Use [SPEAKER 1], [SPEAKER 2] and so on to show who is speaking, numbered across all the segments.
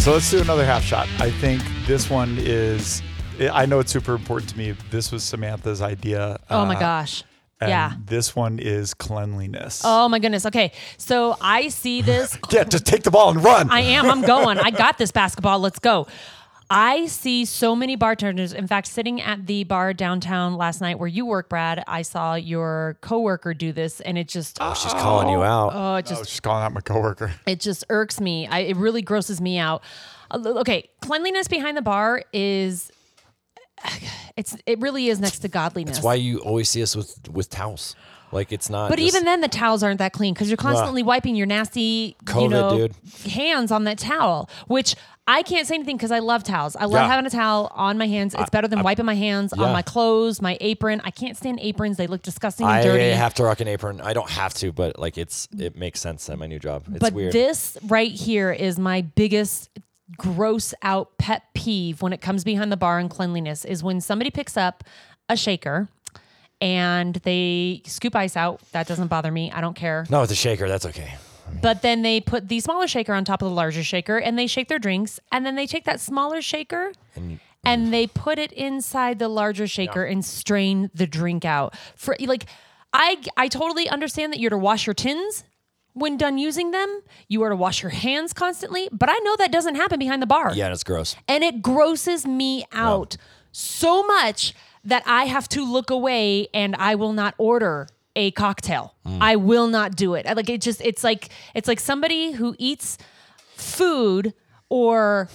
[SPEAKER 1] so let's do another half shot. I think this one is. I know it's super important to me. This was Samantha's idea.
[SPEAKER 2] Oh my
[SPEAKER 1] uh,
[SPEAKER 2] gosh.
[SPEAKER 1] and
[SPEAKER 2] yeah.
[SPEAKER 1] This one is cleanliness.
[SPEAKER 2] Oh my goodness. Okay. So I see this.
[SPEAKER 1] Yeah, just take the ball and run.
[SPEAKER 2] I am. I'm going. I got this basketball. Let's go. I see so many bartenders. In fact, sitting at the bar downtown last night where you work, Brad, I saw your coworker do this, and it just
[SPEAKER 3] Oh,
[SPEAKER 1] Ah.
[SPEAKER 3] she's calling you out.
[SPEAKER 2] oh, it just
[SPEAKER 1] I was just calling out my coworker.
[SPEAKER 2] it just irks me. I, it really grosses me out. A li- Okay, cleanliness behind the bar is it's it really is next to godliness.
[SPEAKER 3] That's why you always see us with with towels. Like it's not.
[SPEAKER 2] but
[SPEAKER 3] just-
[SPEAKER 2] even then, the towels aren't that clean because you're constantly wiping your nasty, you
[SPEAKER 3] COVID,
[SPEAKER 2] know,
[SPEAKER 3] dude.
[SPEAKER 2] hands on that towel. Which I can't say anything because I love towels. I love
[SPEAKER 3] Yeah.
[SPEAKER 2] having a towel on my hands. It's better than wiping my hands
[SPEAKER 3] yeah.
[SPEAKER 2] on my clothes, my apron. I can't stand aprons; they look disgusting and
[SPEAKER 3] I
[SPEAKER 2] dirty.
[SPEAKER 3] have to rock an apron. I don't have to, but like it's it makes sense at my new job. It's
[SPEAKER 2] but
[SPEAKER 3] weird.
[SPEAKER 2] this right here is my biggest gross out pet peeve when it comes behind the bar and cleanliness is when somebody picks up a shaker and they scoop ice out that doesn't bother me i don't care
[SPEAKER 3] no, with the shaker, that's okay.
[SPEAKER 2] but then they put the smaller shaker on top of the larger shaker and they shake their drinks and then they take that smaller shaker and, they put it inside the larger shaker and strain the drink out for like i i totally understand that you're to wash your tins when done using them you are to wash your hands constantly but i know that doesn't happen behind the bar
[SPEAKER 3] Yeah, that's gross.
[SPEAKER 2] and it grosses me out so much that I have to look away and I will not order a cocktail.
[SPEAKER 3] Mm.
[SPEAKER 2] I will not do it. I- Like it just it's like it's like somebody who eats food or or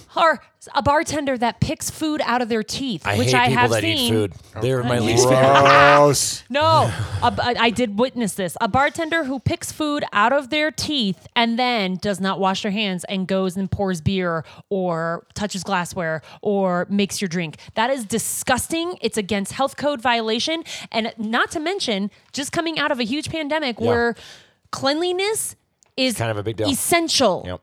[SPEAKER 2] a bartender that picks food out of their teeth,
[SPEAKER 3] I
[SPEAKER 2] which
[SPEAKER 3] hate
[SPEAKER 2] I
[SPEAKER 3] people
[SPEAKER 2] have
[SPEAKER 3] that
[SPEAKER 2] seen.
[SPEAKER 3] eat food. They're my least favorite.
[SPEAKER 1] Gross.
[SPEAKER 2] No, a, I I did witness this. A bartender who picks food out of their teeth and then does not wash their hands and goes and pours beer or touches glassware or makes your drink. That is disgusting. It's against health code violation. And not to mention, just coming out of a huge pandemic
[SPEAKER 3] Yeah.
[SPEAKER 2] where cleanliness is
[SPEAKER 3] Kind of a big deal.
[SPEAKER 2] essential.
[SPEAKER 3] Yep.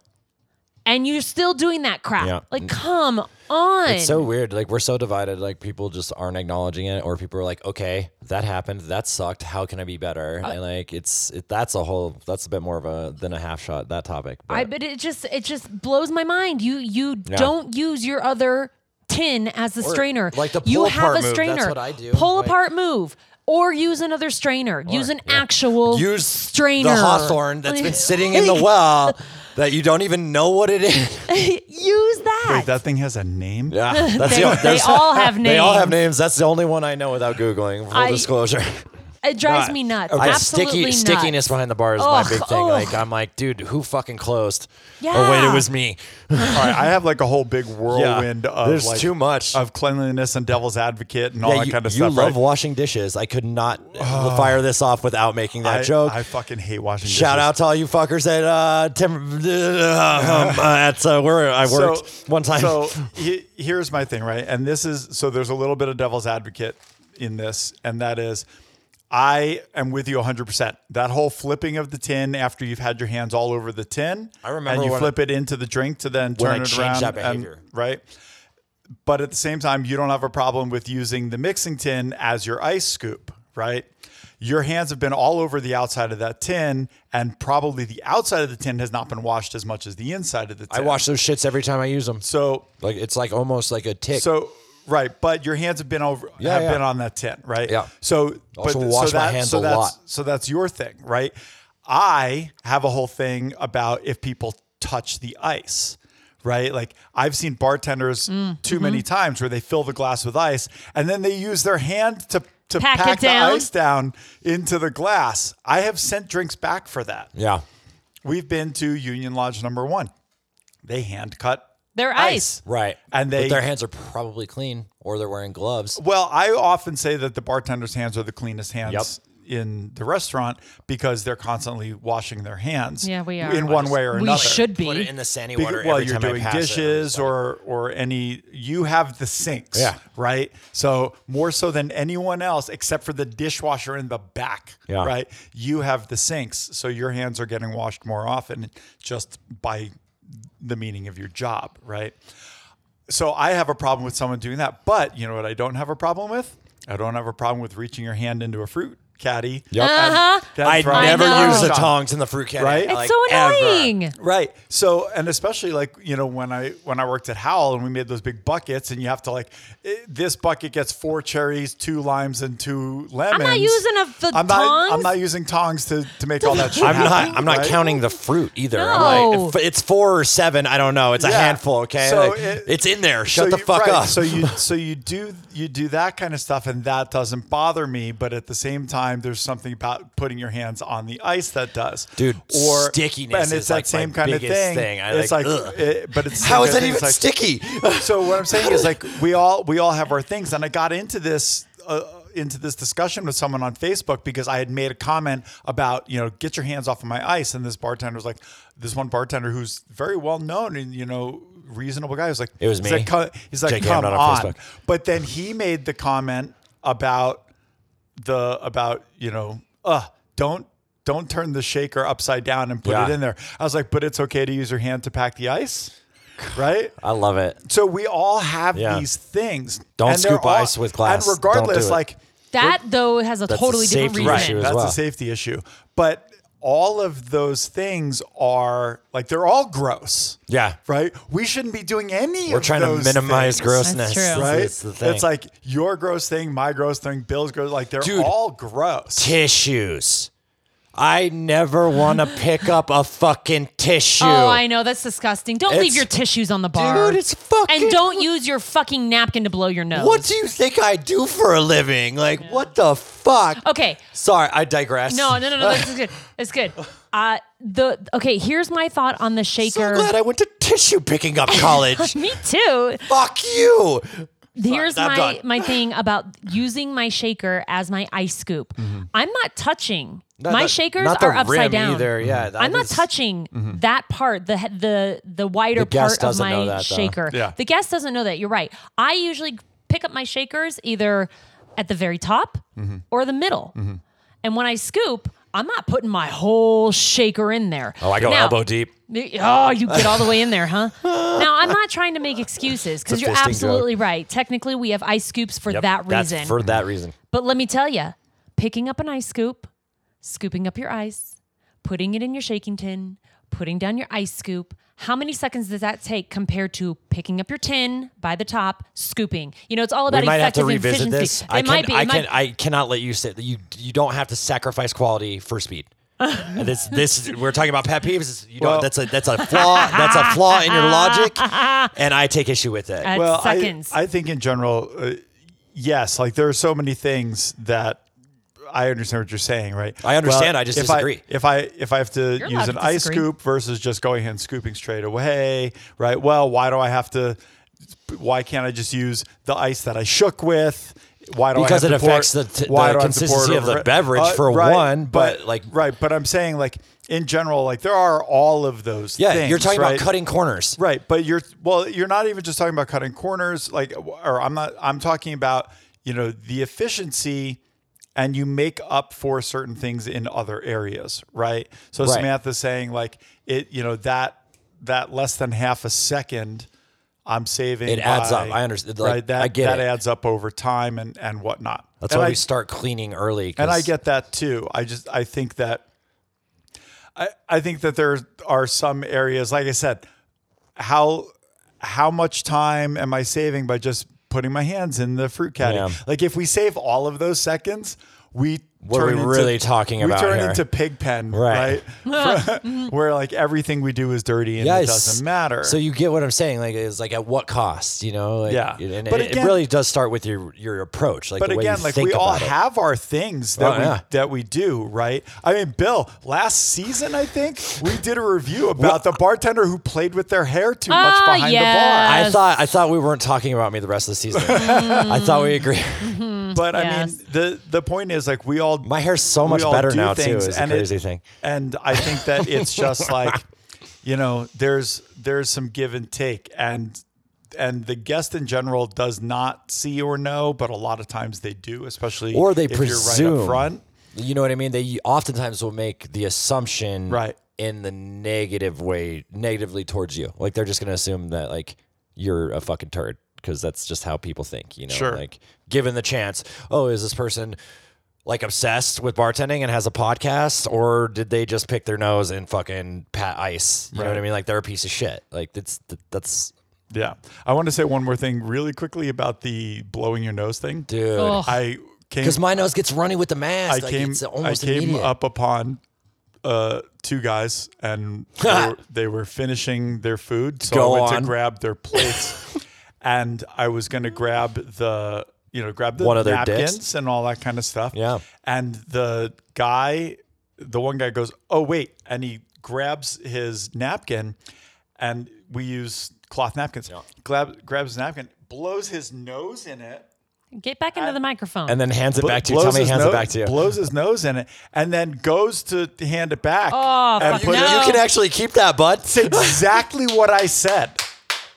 [SPEAKER 2] And you're still doing that crap.
[SPEAKER 3] Yeah.
[SPEAKER 2] Like, come on.
[SPEAKER 3] It's so weird. Like we're so divided. Like people just aren't acknowledging it, or people are like, "Okay, that happened. That sucked. How can I be better?"
[SPEAKER 2] Uh,
[SPEAKER 3] and like it's it, that's a whole that's a bit more of a than a half shot that topic. But
[SPEAKER 2] I but it just it just blows my mind. You you don't use your other tin as the strainer.
[SPEAKER 3] like the
[SPEAKER 2] you
[SPEAKER 3] pull
[SPEAKER 2] have a
[SPEAKER 3] apart move, that's
[SPEAKER 2] strainer.
[SPEAKER 3] what I do,
[SPEAKER 2] Pull
[SPEAKER 3] like-
[SPEAKER 2] apart move. Or use another strainer. use an actual
[SPEAKER 3] use
[SPEAKER 2] strainer.
[SPEAKER 3] the hawthorn that's been sitting in the well that you don't even know what it is.
[SPEAKER 2] use that.
[SPEAKER 1] Wait, that thing has a name?
[SPEAKER 3] Yeah, Ah, that's
[SPEAKER 2] They-
[SPEAKER 3] the,
[SPEAKER 2] they
[SPEAKER 3] that's-
[SPEAKER 2] all have names.
[SPEAKER 3] They all have names. That's the only one I know without googling. Full
[SPEAKER 2] I-
[SPEAKER 3] disclosure.
[SPEAKER 2] It drives me nuts.
[SPEAKER 3] I-
[SPEAKER 2] Absolutely
[SPEAKER 3] sticky,
[SPEAKER 2] nuts.
[SPEAKER 3] stickiness behind the bar is
[SPEAKER 2] Ugh,
[SPEAKER 3] my big thing.
[SPEAKER 2] ugh.
[SPEAKER 3] Like I'm like, dude, who fucking closed? Oh wait,
[SPEAKER 2] Yeah.
[SPEAKER 3] it was me.
[SPEAKER 1] All right, I have like a whole big whirlwind of
[SPEAKER 3] there's
[SPEAKER 1] like,
[SPEAKER 3] too much.
[SPEAKER 1] of cleanliness and devil's advocate and all that
[SPEAKER 3] you,
[SPEAKER 1] kind of
[SPEAKER 3] you
[SPEAKER 1] stuff.
[SPEAKER 3] love
[SPEAKER 1] right?
[SPEAKER 3] washing dishes. I could not fire this off without making that
[SPEAKER 1] I,
[SPEAKER 3] joke.
[SPEAKER 1] I fucking hate washing.
[SPEAKER 3] Shout
[SPEAKER 1] dishes.
[SPEAKER 3] out to all you fuckers at uh, Tim, uh, um, uh, at uh, where I worked one time.
[SPEAKER 1] So he- here's my thing, right? And this is so there's a little bit of devil's advocate in this, and that is. I am with you 100%. That whole flipping of the tin after you've had your hands all over the tin.
[SPEAKER 3] I remember
[SPEAKER 1] And you
[SPEAKER 3] when
[SPEAKER 1] flip it into the drink to then
[SPEAKER 3] when I
[SPEAKER 1] turn it
[SPEAKER 3] changed
[SPEAKER 1] around.
[SPEAKER 3] that
[SPEAKER 1] and-
[SPEAKER 3] behavior.
[SPEAKER 1] right? But at the same time, you don't have a problem with using the mixing tin as your ice scoop, right? Your hands have been all over the outside of that tin, and probably the outside of the tin has not been washed as much as the inside of the
[SPEAKER 3] I
[SPEAKER 1] tin.
[SPEAKER 3] wash those shits every time I use them.
[SPEAKER 1] So
[SPEAKER 3] Like it's like almost like a tick.
[SPEAKER 1] so right, but your hands have been over
[SPEAKER 3] Yeah,
[SPEAKER 1] have
[SPEAKER 3] yeah.
[SPEAKER 1] been on that tin, right?
[SPEAKER 3] Yeah.
[SPEAKER 1] So
[SPEAKER 3] Also
[SPEAKER 1] but
[SPEAKER 3] wash
[SPEAKER 1] so
[SPEAKER 3] my
[SPEAKER 1] that,
[SPEAKER 3] hands
[SPEAKER 1] so
[SPEAKER 3] a
[SPEAKER 1] that's,
[SPEAKER 3] lot.
[SPEAKER 1] So that's your thing, right? I have a whole thing about if people touch the ice. Right? Like I've seen bartenders
[SPEAKER 2] Mm,
[SPEAKER 1] too
[SPEAKER 2] mm-hmm.
[SPEAKER 1] many times where they fill the glass with ice and then they use their hand to to
[SPEAKER 2] Pack
[SPEAKER 1] pack,
[SPEAKER 2] it
[SPEAKER 1] the
[SPEAKER 2] down.
[SPEAKER 1] ice down into the glass. I have sent drinks back for that.
[SPEAKER 3] yeah,
[SPEAKER 1] We've been to Union Lodge number 1. They hand cut
[SPEAKER 2] Their ice.
[SPEAKER 3] right.
[SPEAKER 1] And they-
[SPEAKER 3] but their hands are probably clean, or they're wearing gloves.
[SPEAKER 1] Well, I often say that the bartender's hands are the cleanest hands in the restaurant because they're constantly washing their hands.
[SPEAKER 2] Yeah, we are.
[SPEAKER 1] In one way or
[SPEAKER 2] we
[SPEAKER 1] another.
[SPEAKER 2] should be.
[SPEAKER 3] Put it in the sandy
[SPEAKER 1] Because-
[SPEAKER 3] water
[SPEAKER 1] while
[SPEAKER 3] every
[SPEAKER 1] you're
[SPEAKER 3] time I
[SPEAKER 1] doing
[SPEAKER 3] pass it.
[SPEAKER 1] dishes or or any, you have the sinks,
[SPEAKER 3] Yeah.
[SPEAKER 1] right? So more so than anyone else, except for the dishwasher in the back,
[SPEAKER 3] Yeah.
[SPEAKER 1] right? You have the sinks, so your hands are getting washed more often, just by the meaning of your job, right? so I have a problem with someone doing that. But you know what I don't have a problem with? I don't have a problem with reaching your hand into a fruit caddy.
[SPEAKER 3] Yep.
[SPEAKER 2] Uh-huh.
[SPEAKER 1] Then
[SPEAKER 3] I
[SPEAKER 1] throw-
[SPEAKER 3] never
[SPEAKER 2] I know.
[SPEAKER 3] use the
[SPEAKER 1] Shot.
[SPEAKER 3] tongs in the fruit can.
[SPEAKER 1] Right?
[SPEAKER 2] It's
[SPEAKER 3] like,
[SPEAKER 2] so
[SPEAKER 3] ever.
[SPEAKER 2] annoying.
[SPEAKER 1] Right. So, and especially like, you know, when I when I worked at Howell and we made those big buckets and you have to like eh, this bucket gets four cherries, two limes and two lemons.
[SPEAKER 2] using a- the
[SPEAKER 1] I'm not, I'm
[SPEAKER 2] tongs.
[SPEAKER 1] not using tongs to to make all that shit
[SPEAKER 3] I'm
[SPEAKER 1] happen,
[SPEAKER 3] not. I'm not
[SPEAKER 1] right?
[SPEAKER 3] counting the fruit either. I'm
[SPEAKER 2] No.
[SPEAKER 3] like, if it's four or seven. I don't know. It's a
[SPEAKER 1] Yeah.
[SPEAKER 3] handful. Okay,
[SPEAKER 1] So
[SPEAKER 3] Like,
[SPEAKER 1] it-
[SPEAKER 3] it's in there. Shut the
[SPEAKER 1] you-
[SPEAKER 3] fuck
[SPEAKER 1] right,
[SPEAKER 3] up.
[SPEAKER 1] So you so you do you do that kind of stuff, and that doesn't bother me. But at the same time, there's something about putting your hands on the ice that does,
[SPEAKER 3] Dude, stickiness
[SPEAKER 1] And it's
[SPEAKER 3] is,
[SPEAKER 1] that
[SPEAKER 3] like,
[SPEAKER 1] same
[SPEAKER 3] my
[SPEAKER 1] kind of
[SPEAKER 3] biggest
[SPEAKER 1] thing.
[SPEAKER 3] thing. I,
[SPEAKER 1] it's like,
[SPEAKER 3] like, ugh.
[SPEAKER 1] it- but it's
[SPEAKER 3] How
[SPEAKER 1] the
[SPEAKER 3] is
[SPEAKER 1] same
[SPEAKER 3] that
[SPEAKER 1] kind of
[SPEAKER 3] even
[SPEAKER 1] thing. It's like-
[SPEAKER 3] sticky?
[SPEAKER 1] so what I'm saying is like we all we all have our things, and I got into this. Uh, into this discussion with someone on Facebook because I had made a comment about, you know, get your hands off of my ice. And this bartender was like, this one bartender who's very well known and, you know, reasonable guy was like,
[SPEAKER 3] It was
[SPEAKER 1] he's
[SPEAKER 3] me.
[SPEAKER 1] like, "Co- he's like,
[SPEAKER 3] JK, I'm
[SPEAKER 1] come
[SPEAKER 3] not on
[SPEAKER 1] on.
[SPEAKER 3] Facebook.
[SPEAKER 1] But then he made the comment about the about you know, uh, don't don't turn the shaker upside down and put
[SPEAKER 3] Yeah.
[SPEAKER 1] it in there. I was like, but it's okay to use your hand to pack the ice, right?
[SPEAKER 3] I love it.
[SPEAKER 1] So we all have
[SPEAKER 3] Yeah.
[SPEAKER 1] these things.
[SPEAKER 3] Don't
[SPEAKER 1] they're
[SPEAKER 3] scoop ice with glass.
[SPEAKER 1] And
[SPEAKER 3] Don't do
[SPEAKER 1] regardless,
[SPEAKER 3] it.
[SPEAKER 1] like
[SPEAKER 2] That though has a
[SPEAKER 3] That's a
[SPEAKER 2] totally different
[SPEAKER 3] safety
[SPEAKER 2] reason.
[SPEAKER 3] issue as
[SPEAKER 1] that's
[SPEAKER 3] well.
[SPEAKER 1] a safety issue, but all of those things are like they're all gross.
[SPEAKER 3] Yeah.
[SPEAKER 1] Right. We shouldn't be doing any.
[SPEAKER 3] We're
[SPEAKER 1] of
[SPEAKER 3] trying to
[SPEAKER 1] those
[SPEAKER 3] minimize
[SPEAKER 1] things,
[SPEAKER 3] grossness.
[SPEAKER 2] That's true.
[SPEAKER 1] Right.
[SPEAKER 3] It's the thing.
[SPEAKER 1] It's like your gross thing, my gross thing, Bill's gross. Like they're
[SPEAKER 3] Dude.
[SPEAKER 1] all gross.
[SPEAKER 3] tissues. I never want to pick up a fucking tissue.
[SPEAKER 2] Oh, I know that's disgusting. Don't leave
[SPEAKER 3] It's-
[SPEAKER 2] your tissues on the bar,
[SPEAKER 3] Dude, it's fucking-
[SPEAKER 2] And don't use your fucking napkin to blow your nose.
[SPEAKER 3] What do you think I do for a living? Like, what the fuck?
[SPEAKER 2] Okay.
[SPEAKER 3] Sorry, I digress.
[SPEAKER 2] Oh. No, no, no, no. That's good. It's good. Uh, the okay. Here's my thought on the
[SPEAKER 3] So
[SPEAKER 2] shaker.
[SPEAKER 3] glad I went to tissue picking up college.
[SPEAKER 2] Me too.
[SPEAKER 3] fuck you.
[SPEAKER 2] Here's
[SPEAKER 3] I'm
[SPEAKER 2] my
[SPEAKER 3] done.
[SPEAKER 2] my thing about using my shaker as my ice scoop. I'm not touching. my
[SPEAKER 3] Mm-hmm. not-
[SPEAKER 2] shakers
[SPEAKER 3] not the
[SPEAKER 2] are upside
[SPEAKER 3] rim
[SPEAKER 2] down.
[SPEAKER 3] either. Yeah, that
[SPEAKER 2] I'm not
[SPEAKER 3] is- Mm-hmm.
[SPEAKER 2] touching that part, the he- the the wider
[SPEAKER 3] The guest
[SPEAKER 2] part of
[SPEAKER 3] doesn't
[SPEAKER 2] my
[SPEAKER 3] know that, though.
[SPEAKER 2] shaker.
[SPEAKER 1] Yeah.
[SPEAKER 2] The guest doesn't know that. You're right. I usually pick up my shakers either at the very top
[SPEAKER 3] Mm-hmm.
[SPEAKER 2] or the middle. And when I scoop, I'm not putting my whole shaker in there.
[SPEAKER 3] Oh,
[SPEAKER 2] Now-
[SPEAKER 3] deep.
[SPEAKER 2] Oh, you get all the way in there, huh? now, I'm not trying to make excuses because
[SPEAKER 3] It's a
[SPEAKER 2] you're
[SPEAKER 3] fisting
[SPEAKER 2] absolutely right. Technically, we have ice scoops for that reason.
[SPEAKER 3] That's for that reason.
[SPEAKER 2] but let me tell you, picking up an ice scoop, scooping up your ice, putting it in your shaking tin, putting down your ice scoop, how many seconds does that take compared to picking up your tin by the top, scooping? You know, it's all about
[SPEAKER 3] We might have to
[SPEAKER 2] effective
[SPEAKER 3] revisit
[SPEAKER 2] efficiency.
[SPEAKER 3] this.
[SPEAKER 2] It
[SPEAKER 3] I can,
[SPEAKER 2] might be. It
[SPEAKER 3] I
[SPEAKER 2] might
[SPEAKER 3] can, I cannot let you sit. You, you don't have to sacrifice quality for speed. And this, this, is- we're talking about pet peeves. It's- You
[SPEAKER 1] Well-
[SPEAKER 3] know, that's a, that's a flaw. That's a flaw in your logic, and I take issue with it.
[SPEAKER 2] at
[SPEAKER 1] Well, I,
[SPEAKER 2] seconds.
[SPEAKER 1] I think in general, uh, yes. Like there are so many things that I understand what you're saying, right?
[SPEAKER 3] I understand, I just
[SPEAKER 1] if
[SPEAKER 3] disagree.
[SPEAKER 1] if I if I have to
[SPEAKER 2] You're allowed
[SPEAKER 1] use
[SPEAKER 2] to
[SPEAKER 1] an ice
[SPEAKER 2] disagree.
[SPEAKER 1] scoop versus just going and scooping straight away, right? Well, why do I have to? Why can't I just use the ice that I shook with? Why do
[SPEAKER 3] Because
[SPEAKER 1] I
[SPEAKER 3] it
[SPEAKER 1] have to pour-
[SPEAKER 3] affects the t-
[SPEAKER 1] why
[SPEAKER 3] the
[SPEAKER 1] do I have to pour it
[SPEAKER 3] consistency of
[SPEAKER 1] over
[SPEAKER 3] the
[SPEAKER 1] it? Uh,
[SPEAKER 3] beverage for
[SPEAKER 1] right,
[SPEAKER 3] one, but, like-
[SPEAKER 1] right. But I'm saying like in general, like there are all of those.
[SPEAKER 3] yeah,
[SPEAKER 1] things,
[SPEAKER 3] you're talking
[SPEAKER 1] right?
[SPEAKER 3] about cutting corners.
[SPEAKER 1] Right, but you're well, you're not even just talking about cutting corners like or I'm not I'm talking about, you know, the efficiency and you make up for certain things in other areas, right? So
[SPEAKER 3] Right.
[SPEAKER 1] Samantha's saying like it, you know, that that less than half a second I'm saving
[SPEAKER 3] It adds
[SPEAKER 1] by-
[SPEAKER 3] up. I understand. Like,
[SPEAKER 1] right, that
[SPEAKER 3] I get
[SPEAKER 1] that
[SPEAKER 3] it.
[SPEAKER 1] adds up over time and and whatnot.
[SPEAKER 3] That's
[SPEAKER 1] and
[SPEAKER 3] why
[SPEAKER 1] I,
[SPEAKER 3] we start cleaning early. 'cause
[SPEAKER 1] and I get that too. I just I think that I I think that there are some areas, like I said, how how much time am I saving by just putting my hands in the fruit caddy?
[SPEAKER 3] Yeah.
[SPEAKER 1] Like if we save all of those seconds, we
[SPEAKER 3] are
[SPEAKER 1] turn
[SPEAKER 3] we
[SPEAKER 1] into,
[SPEAKER 3] really talking about
[SPEAKER 1] We turn
[SPEAKER 3] here?
[SPEAKER 1] into pig pen, right?
[SPEAKER 3] Right.
[SPEAKER 1] Where like everything we do is dirty and it
[SPEAKER 3] Yes.
[SPEAKER 1] doesn't matter.
[SPEAKER 3] So you get what I'm saying. Like it's like at what cost, you know? Like,
[SPEAKER 1] Yeah.
[SPEAKER 3] And
[SPEAKER 1] But
[SPEAKER 3] it, it
[SPEAKER 1] again-
[SPEAKER 3] really does start with your your approach. Like
[SPEAKER 1] but
[SPEAKER 3] the way
[SPEAKER 1] again,
[SPEAKER 3] you
[SPEAKER 1] like
[SPEAKER 3] think
[SPEAKER 1] we all
[SPEAKER 3] about it.
[SPEAKER 1] have our things that
[SPEAKER 3] Oh,
[SPEAKER 1] we
[SPEAKER 3] yeah.
[SPEAKER 1] that we do, right? I mean, Bill, last season I think we did a review about the bartender who played with their hair too much
[SPEAKER 2] Ah,
[SPEAKER 1] behind
[SPEAKER 2] yeah.
[SPEAKER 3] I
[SPEAKER 2] Yes.
[SPEAKER 3] thought I thought we weren't talking about me the rest of the season. I thought we agreed.
[SPEAKER 1] the bar. But
[SPEAKER 2] Yes.
[SPEAKER 1] I mean, the the point is like we all
[SPEAKER 3] My hair's so much
[SPEAKER 1] we all
[SPEAKER 3] better
[SPEAKER 1] do
[SPEAKER 3] now too.
[SPEAKER 1] things,
[SPEAKER 3] Is a
[SPEAKER 1] and it-
[SPEAKER 3] crazy thing.
[SPEAKER 1] And I think that it's just like, you know, there's there's some give and take, and and the guest in general does not see or know, but a lot of times they do, especially
[SPEAKER 3] Or they
[SPEAKER 1] if
[SPEAKER 3] presume.
[SPEAKER 1] you're right up front.
[SPEAKER 3] You know what I mean? They oftentimes will make the assumption
[SPEAKER 1] Right.
[SPEAKER 3] in the negative way, negatively towards you. Like they're just gonna assume that like you're a fucking turd because that's just how people think. You know,
[SPEAKER 1] Sure.
[SPEAKER 3] like given the chance, oh, is this person like obsessed with bartending and has a podcast, or did they just pick their nose and fucking pat ice? You know what I mean? Like they're a piece of shit. Like that's that's
[SPEAKER 1] Yeah. I want to say one more thing really quickly about the blowing your nose thing.
[SPEAKER 3] dude.
[SPEAKER 2] Ugh.
[SPEAKER 1] I came
[SPEAKER 3] Because my nose gets runny with the mask.
[SPEAKER 1] I
[SPEAKER 3] like
[SPEAKER 1] came
[SPEAKER 3] it's
[SPEAKER 1] I
[SPEAKER 3] almost
[SPEAKER 1] came
[SPEAKER 3] immediate.
[SPEAKER 1] up upon uh, two guys and they, were, they were finishing their food, so
[SPEAKER 3] Go
[SPEAKER 1] I went
[SPEAKER 3] on.
[SPEAKER 1] to grab their plates, and I was going to grab the you know grab the
[SPEAKER 3] One of their dicks.
[SPEAKER 1] napkins and all that kind of stuff.
[SPEAKER 3] Yeah.
[SPEAKER 1] and the guy, the one guy goes, "Oh wait," and he grabs his napkin, and we use cloth napkins. Grab, grabs his napkin, blows his nose in it.
[SPEAKER 2] Get back into the microphone.
[SPEAKER 3] Uh, and then hands it
[SPEAKER 1] Bl-
[SPEAKER 3] back to you. Tell
[SPEAKER 1] blows
[SPEAKER 3] me he
[SPEAKER 1] his
[SPEAKER 3] hands it
[SPEAKER 1] nose-
[SPEAKER 3] back to you.
[SPEAKER 1] Blows his nose in it, and then goes to hand it back.
[SPEAKER 2] Oh,
[SPEAKER 1] and
[SPEAKER 2] fuck
[SPEAKER 1] put
[SPEAKER 2] no.
[SPEAKER 1] it-
[SPEAKER 3] You can actually keep that, bud.
[SPEAKER 1] That's exactly what I said.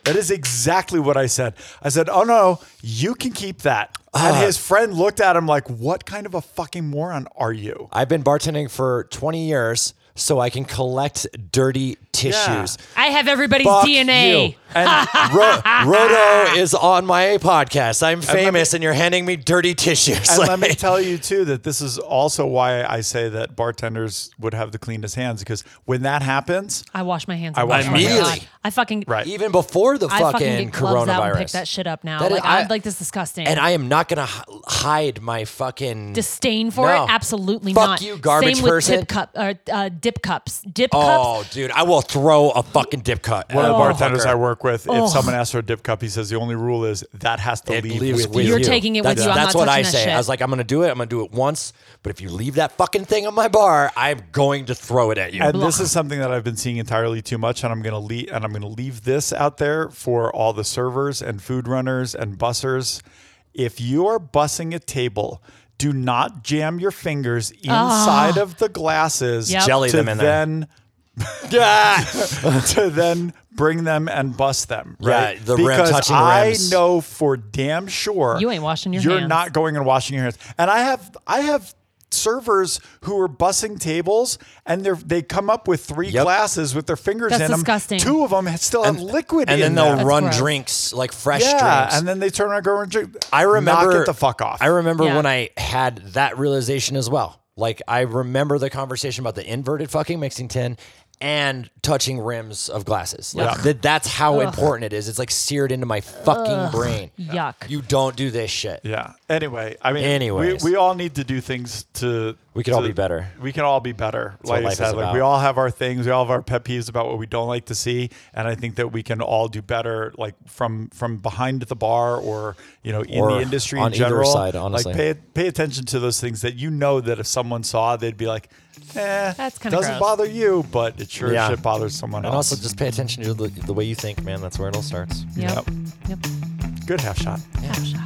[SPEAKER 1] That is exactly what I said. I said, "Oh no, you can keep that."
[SPEAKER 3] Uh.
[SPEAKER 1] And his friend looked at him like, "What kind of a fucking moron are you?"
[SPEAKER 3] I've been bartending for 20 years, so I can collect dirty tissues.
[SPEAKER 2] I have everybody's
[SPEAKER 3] Fuck
[SPEAKER 2] DNA.
[SPEAKER 3] you. And Ro- Roto is on my podcast. I'm famous, and, you're handing me dirty tissues.
[SPEAKER 1] And let me
[SPEAKER 3] Like-
[SPEAKER 1] tell you too that this is also why I say that bartenders would have the cleanest hands because when that happens,
[SPEAKER 2] I wash my hands.
[SPEAKER 1] I wash
[SPEAKER 3] my hands. Immediately.
[SPEAKER 2] I fucking
[SPEAKER 1] Right.
[SPEAKER 3] even before the
[SPEAKER 2] I
[SPEAKER 3] fucking,
[SPEAKER 2] fucking get gloves
[SPEAKER 3] coronavirus.
[SPEAKER 2] out and pick that shit up now.
[SPEAKER 3] That is-
[SPEAKER 2] like I,
[SPEAKER 3] I-
[SPEAKER 2] am like this is disgusting.
[SPEAKER 3] And I am not gonna h- hide my fucking
[SPEAKER 2] disdain for
[SPEAKER 3] No.
[SPEAKER 2] it. Absolutely
[SPEAKER 3] Fuck
[SPEAKER 2] not.
[SPEAKER 3] you, garbage
[SPEAKER 2] Same with
[SPEAKER 3] person.
[SPEAKER 2] Dip cup or uh, dip cups. Dip cups.
[SPEAKER 3] Oh, dude, I will throw a fucking dip cut.
[SPEAKER 1] one
[SPEAKER 3] at
[SPEAKER 1] of
[SPEAKER 2] Oh,
[SPEAKER 1] the
[SPEAKER 3] a
[SPEAKER 1] bartenders
[SPEAKER 3] motherfucker.
[SPEAKER 1] I work with, if someone asks for a dip cup, he says the only rule is that has to
[SPEAKER 3] It
[SPEAKER 1] leave
[SPEAKER 3] leaves
[SPEAKER 1] with
[SPEAKER 3] with
[SPEAKER 1] you.
[SPEAKER 2] You're taking it with
[SPEAKER 3] that's,
[SPEAKER 2] you. I'm
[SPEAKER 3] that's
[SPEAKER 2] not
[SPEAKER 3] what I
[SPEAKER 2] touching that
[SPEAKER 3] say.
[SPEAKER 2] shit.
[SPEAKER 3] I was like, I'm gonna do it. I'm gonna do it once. But if you leave that fucking thing on my bar, I'm going to throw it at you.
[SPEAKER 1] And this is something that I've been seeing entirely too much, and I'm gonna leave and I'm gonna leave this out there for all the servers and food runners and bussers. If you are bussing a table, do not jam your fingers inside of the glasses
[SPEAKER 2] Ah. Yep.
[SPEAKER 3] Jelly
[SPEAKER 1] to
[SPEAKER 3] them in there.
[SPEAKER 1] then
[SPEAKER 3] yeah.
[SPEAKER 1] to then bring them and bust them. Right.
[SPEAKER 3] Yeah, the rim
[SPEAKER 1] because
[SPEAKER 3] touching
[SPEAKER 1] I
[SPEAKER 3] rims.
[SPEAKER 1] know for damn sure
[SPEAKER 2] You ain't washing your
[SPEAKER 1] You're
[SPEAKER 2] hands.
[SPEAKER 1] not going and washing your hands. And I have I have servers who are bussing tables and they're they come up with three
[SPEAKER 3] Yep.
[SPEAKER 1] glasses with their fingers
[SPEAKER 2] That's
[SPEAKER 1] in them.
[SPEAKER 2] disgusting.
[SPEAKER 1] Two of them still have liquid
[SPEAKER 3] and
[SPEAKER 1] in
[SPEAKER 3] then they'll
[SPEAKER 1] them.
[SPEAKER 3] run
[SPEAKER 2] gross.
[SPEAKER 3] drinks like fresh
[SPEAKER 1] yeah,
[SPEAKER 3] drinks.
[SPEAKER 1] and then they turn around and go and drink.
[SPEAKER 3] I remember
[SPEAKER 1] Knock it the fuck off.
[SPEAKER 3] I remember
[SPEAKER 2] Yeah.
[SPEAKER 3] when I had that realization as well. Like I remember the conversation about the inverted fucking mixing tin and touching rims of glasses. Like
[SPEAKER 1] Yeah.
[SPEAKER 3] that- that's how important it is. It's like seared into my fucking brain.
[SPEAKER 2] Yuck.
[SPEAKER 3] You don't do this shit.
[SPEAKER 1] yeah. Anyway, I mean,
[SPEAKER 3] Anyways.
[SPEAKER 1] we, we all need to do things to.
[SPEAKER 3] We could all
[SPEAKER 1] to-
[SPEAKER 3] be better.
[SPEAKER 1] We can all be better.
[SPEAKER 3] what
[SPEAKER 1] like I
[SPEAKER 3] life
[SPEAKER 1] said,
[SPEAKER 3] is
[SPEAKER 1] like
[SPEAKER 3] about.
[SPEAKER 1] we all have our things. We all have our pet peeves about what we don't like to see, and I think that we can all do better, like from from behind the bar or you know in
[SPEAKER 3] Or
[SPEAKER 1] the industry
[SPEAKER 3] on
[SPEAKER 1] in
[SPEAKER 3] either
[SPEAKER 1] general.
[SPEAKER 3] side, honestly.
[SPEAKER 1] like pay pay attention to those things that you know that if someone saw, they'd be like, eh,
[SPEAKER 2] That's kinda
[SPEAKER 1] doesn't
[SPEAKER 2] gross.
[SPEAKER 1] bother you, but it sure
[SPEAKER 3] Yeah.
[SPEAKER 1] shit bothers someone
[SPEAKER 3] And
[SPEAKER 1] else.
[SPEAKER 3] also just pay attention to the, the way you think, man. That's where it all starts.
[SPEAKER 2] Yep. Yep.
[SPEAKER 1] Good half shot.
[SPEAKER 2] Half shot.